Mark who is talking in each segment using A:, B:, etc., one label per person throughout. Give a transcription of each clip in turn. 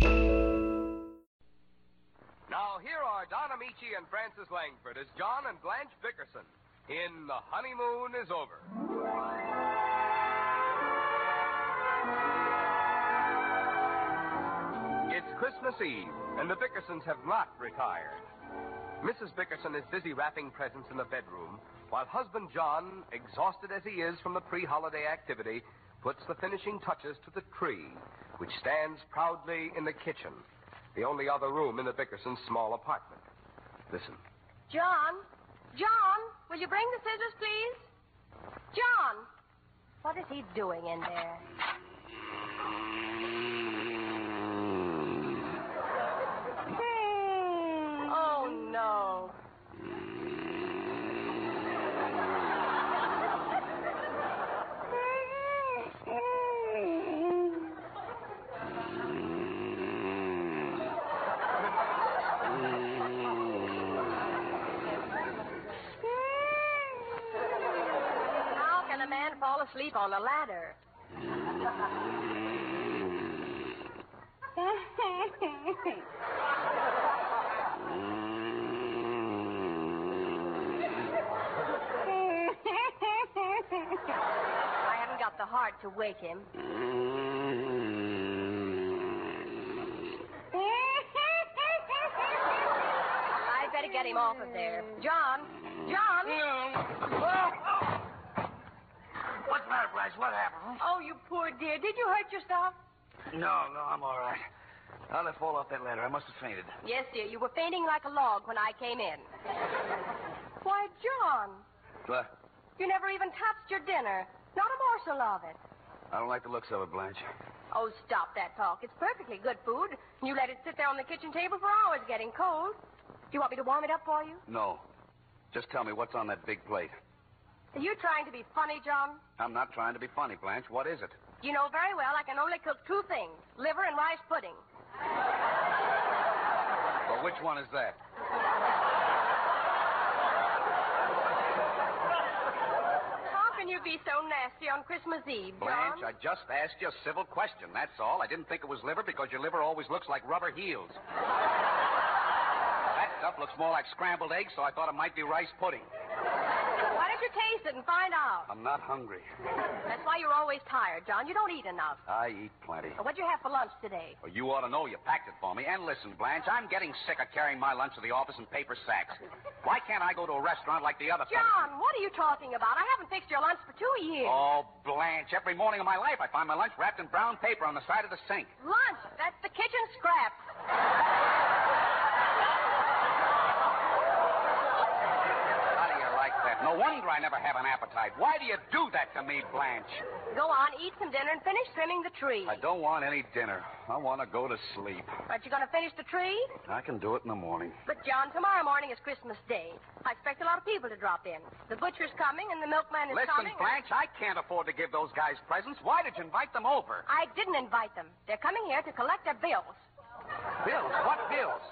A: Now, here are Don Amici and Francis Langford as John and Blanche Dickerson in The Honeymoon is Over. It's Christmas Eve, and the Dickersons have not retired. Mrs. Dickerson is busy wrapping presents in the bedroom, while husband John, exhausted as he is from the pre holiday activity, puts the finishing touches to the tree, which stands proudly in the kitchen the only other room in the Bickerson's small apartment. Listen.
B: John? John, will you bring the scissors, please? John! What is he doing in there? Oh, no. How can a man fall asleep on a ladder? I haven't got the heart to wake him. I'd better get him off of there. John! John!
C: What's the matter, Blanche? What happened?
B: Oh, you poor dear. Did you hurt yourself?
C: No, no, I'm all right. How did I fall off that ladder? I must have fainted.
B: Yes, dear. You were fainting like a log when I came in. Why, John,
C: What?
B: you never even touched your dinner. Not a morsel of it.
C: I don't like the looks of it, Blanche.
B: Oh, stop that talk. It's perfectly good food. You let it sit there on the kitchen table for hours getting cold. Do you want me to warm it up for you?
C: No. Just tell me what's on that big plate.
B: Are you trying to be funny, John?
C: I'm not trying to be funny, Blanche. What is it?
B: You know very well I can only cook two things liver and rice pudding.
C: Well, which one is that?
B: How can you be so nasty on Christmas Eve, John?
C: Blanche, I just asked you a civil question. That's all. I didn't think it was liver because your liver always looks like rubber heels. that stuff looks more like scrambled eggs, so I thought it might be rice pudding.
B: Why don't you taste it and find out?
C: I'm not hungry.
B: That's why you're always tired, John. You don't eat enough.
C: I eat plenty.
B: What'd you have for lunch today?
C: Well, you ought to know you packed it for me. And listen, Blanche, I'm getting sick of carrying my lunch to the office in paper sacks. Why can't I go to a restaurant like the other fellas?
B: John, what are you talking about? I haven't fixed your lunch for two years.
C: Oh, Blanche, every morning of my life I find my lunch wrapped in brown paper on the side of the sink.
B: Lunch, that's the kitchen scrap.
C: How do you like that? No wonder I never have an appetite. Why do you do that to me, Blanche?
B: Go on, eat some dinner and finish trimming the tree.
C: I don't want any dinner. I want to go to sleep.
B: Aren't you going to finish the tree?
C: I can do it in the morning.
B: But, John, tomorrow morning is Christmas Day. I expect a lot of people to drop in. The butcher's coming and the milkman is
C: Listen,
B: coming. and-
C: Blanche, I can't afford to give those guys presents. Why did you invite them over?
B: I didn't invite them. They're coming here to collect their bills.
C: Bills? What bills?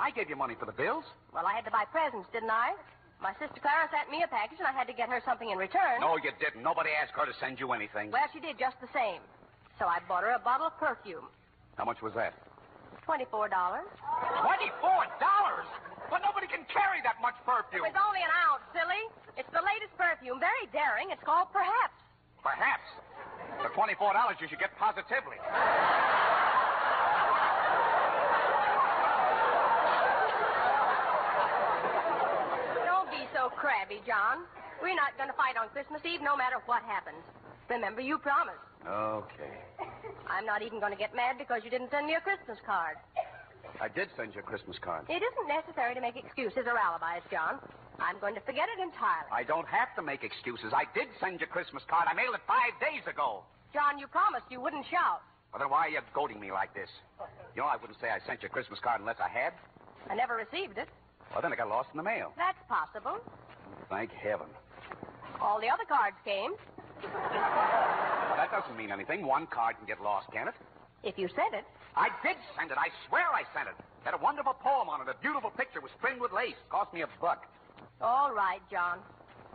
C: I gave you money for the bills.
B: Well, I had to buy presents, didn't I? My sister Clara sent me a package, and I had to get her something in return.
C: No, you didn't. Nobody asked her to send you anything.
B: Well, she did just the same. So I bought her a bottle of perfume.
C: How much was that?
B: Twenty-four dollars.
C: Twenty-four dollars. But nobody can carry that much
B: It
C: perfume.
B: was only an ounce, silly. It's the latest perfume, very daring. It's called Perhaps.
C: Perhaps. For twenty-four dollars, you should get positively.
B: heavy, John. We're not going to fight on Christmas Eve no matter what happens. Remember, you promised.
C: Okay.
B: I'm not even going to get mad because you didn't send me a Christmas card.
C: I did send you a Christmas card.
B: It isn't necessary to make excuses or alibis, John. I'm going to forget it entirely.
C: I don't have to make excuses. I did send you a Christmas card. I mailed it five days ago.
B: John, you promised you wouldn't shout.
C: Well, then why are you goading me like this? You know, I wouldn't say I sent you a Christmas card unless I had.
B: I never received it.
C: Well, then it got lost in the mail.
B: That's possible.
C: Thank heaven.
B: All the other cards came.
C: Well, that doesn't mean anything. One card can get lost, can it?
B: If you sent it.
C: I did send it. I swear I sent it. Had a wonderful poem on it. A beautiful picture was trimmed with lace. Cost me a buck.
B: All right, John.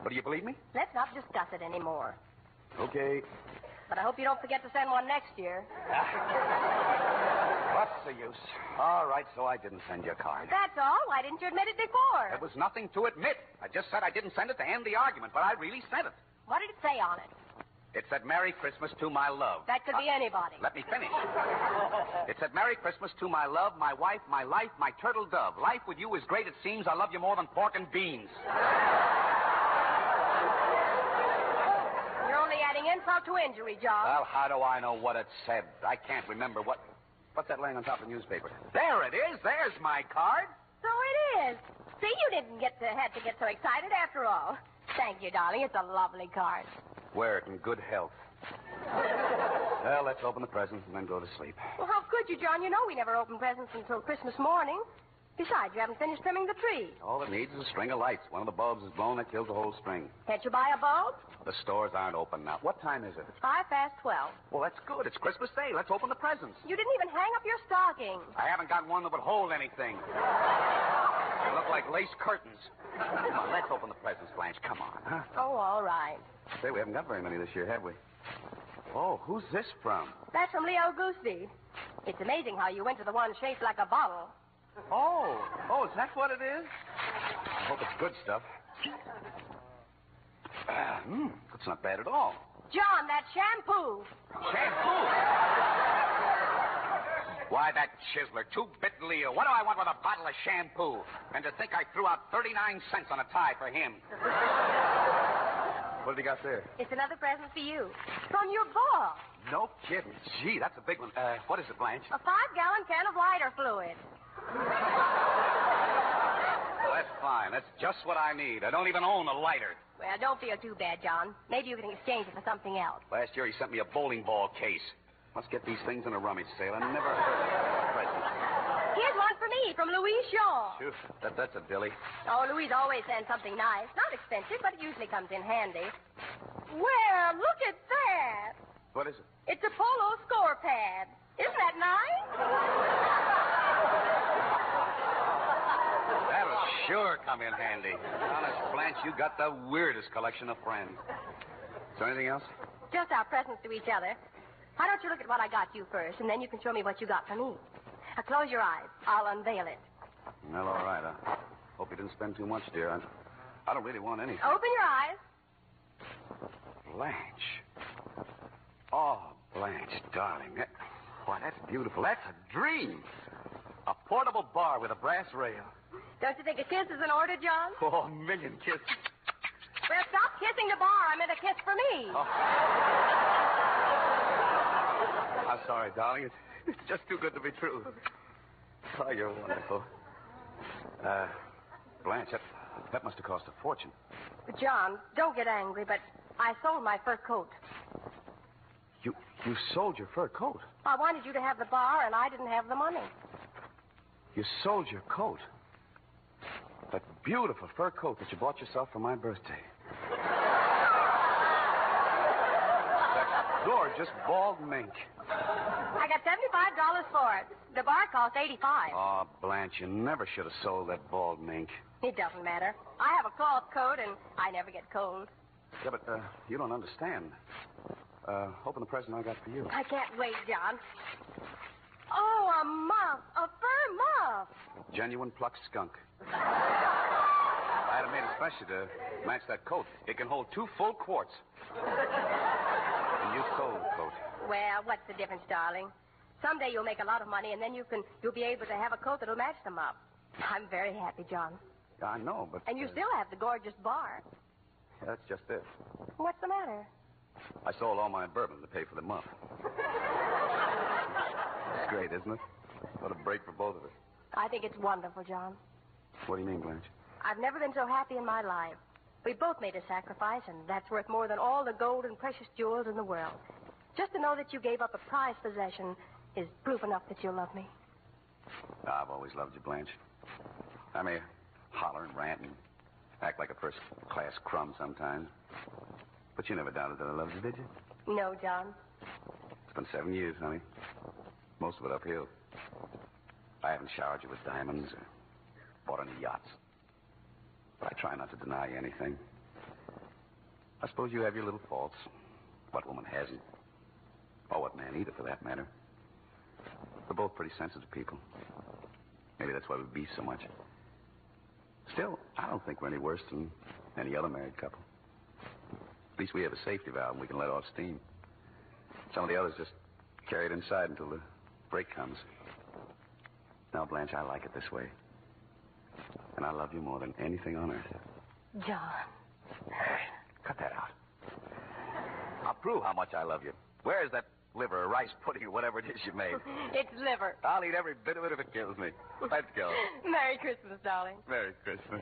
C: But do you believe me?
B: Let's not discuss it anymore.
C: Okay.
B: But I hope you don't forget to send one next year.
C: What's the use? All right, so I didn't send you a card.
B: That's all. Why didn't you admit it
C: There
B: before?
C: was nothing to admit. I just said I didn't send it to end the argument, but I really sent it.
B: What did it say on it?
C: It said, Merry Christmas to my love.
B: That could be
C: Uh,
B: anybody.
C: Let me finish. It said, Merry Christmas to my love, my wife, my life, my turtle dove. Life with you is great, it seems. I love you more than pork and beans.
B: You're only adding insult to injury, John.
C: Well, how do I know what it said? I can't remember what. What's that laying on top of the newspaper? There it is. There's my card.
B: So it is. See, you didn't get to had to get so excited after all. Thank you, darling. It's a lovely card.
C: Wear it in good health. well, let's open the presents and then go to sleep.
B: Well, how could you, John? You know we never open presents until Christmas morning. Besides, you haven't finished trimming the tree.
C: All it needs is a string of lights. One of the bulbs is blown, that kills the whole string.
B: Can't you buy a bulb?
C: The stores aren't open now. What time is it?
B: Five past twelve.
C: Well, that's good. It's Christmas Day. Let's open the presents.
B: You didn't even hang up your stocking.
C: I haven't got one that would hold anything. They look like lace curtains. Come on, let's open the presents, Blanche. Come on, huh?
B: Oh, all right.
C: Say, we haven't got very many this year, have we? Oh, who's this from?
B: That's from Leo Gooseby. It's amazing how you went to the one shaped like a bottle.
C: Oh, oh, is that what it is? I hope it's good stuff. Ah, Hmm, that's not bad at all.
B: John, that shampoo.
C: Shampoo. Why, that chiseler, two-bit Leo. What do I want with a bottle of shampoo? And to think I threw out 39 cents on a tie for him. What have you got there?
B: It's another present for you. From your boss.
C: No kidding. Gee, that's a big one. Uh, what is it, Blanche?
B: A five gallon can of lighter fluid.
C: Well, that's fine. That's just what I need. I don't even own a lighter.
B: Well, don't feel too bad, John. Maybe you can exchange it for something else.
C: Last year he sent me a bowling ball case. Must get these things in a rummage sale. I never heard of that present.
B: Here's one for me from Louise Shaw.
C: Phew, that, that's a dilly.
B: Oh, Louise always sends something nice. Not expensive, but it usually comes in handy. Well, look at that.
C: What is it?
B: It's a polo score pad. Isn't that nice?
C: That'll sure come in handy. Honest, Blanche, you got the weirdest collection of friends. Is there anything else?
B: Just our presents to each other. Why don't you look at what I got you first, and then you can show me what you got for me. Now, close your eyes. I'll unveil it.
C: Well, all right. I hope you didn't spend too much, dear. I, I don't really want anything.
B: Open your eyes.
C: Blanche. Oh, Blanche, darling. That, why, that's beautiful. That's a dream. A portable bar with a brass rail.
B: Don't you think a kiss is in order, John?
C: Oh, a million kisses.
B: Well, stop kissing the bar. I meant a kiss for me.
C: I'm sorry, darling. It's, it's just too good to be true. Oh, you're wonderful. Uh, Blanche, that, that must have cost a fortune.
B: John, don't get angry, but I sold my fur coat.
C: You you sold your fur coat.
B: I wanted you to have the bar, and I didn't have the money.
C: You sold your coat. That beautiful fur coat that you bought yourself for my birthday. that gorgeous bald mink.
B: I got seventy-five dollars for it. The bar cost eighty-five.
C: Oh, Blanche, you never should have sold that bald mink.
B: It doesn't matter. I have a cloth coat, and I never get cold.
C: Yeah, but uh, you don't understand. Uh, open the present I got for you.
B: I can't wait, John. Oh, a muff, a fur muff.
C: Genuine plucked skunk. I had it made especially to match that coat. It can hold two full quarts. and you sold the coat.
B: Well, what's the difference, darling? Someday you'll make a lot of money, and then you can you'll be able to have a coat that'll match them up. I'm very happy, John.
C: I know, but.
B: And you
C: uh,
B: still have the gorgeous bar.
C: That's just it.
B: What's the matter?
C: I sold all my bourbon to pay for the month. it's great, isn't it? What a break for both of us.
B: I think it's wonderful, John.
C: What do you mean, Blanche?
B: I've never been so happy in my life. We both made a sacrifice, and that's worth more than all the gold and precious jewels in the world. Just to know that you gave up a prized possession is proof enough that you love me.
C: I've always loved you, Blanche. I may holler and rant and act like a first class crumb sometimes. But you never doubted that I loved you, did you?
B: No, John.
C: It's been seven years, honey. Most of it uphill. I haven't showered you with diamonds or bought any yachts. But I try not to deny you anything. I suppose you have your little faults. What woman hasn't? Or what man either, for that matter. We're both pretty sensitive people. Maybe that's why we beef so much. Still, I don't think we're any worse than any other married couple. At least we have a safety valve and we can let off steam. Some of the others just carry it inside until the break comes. Now, Blanche, I like it this way. And I love you more than anything on earth.
B: John.
C: Cut that out. I'll prove how much I love you. Where's that liver or rice pudding or whatever it is you made?
B: It's liver.
C: I'll eat every bit of it if it kills me. Let's go.
B: Merry Christmas, darling.
C: Merry Christmas.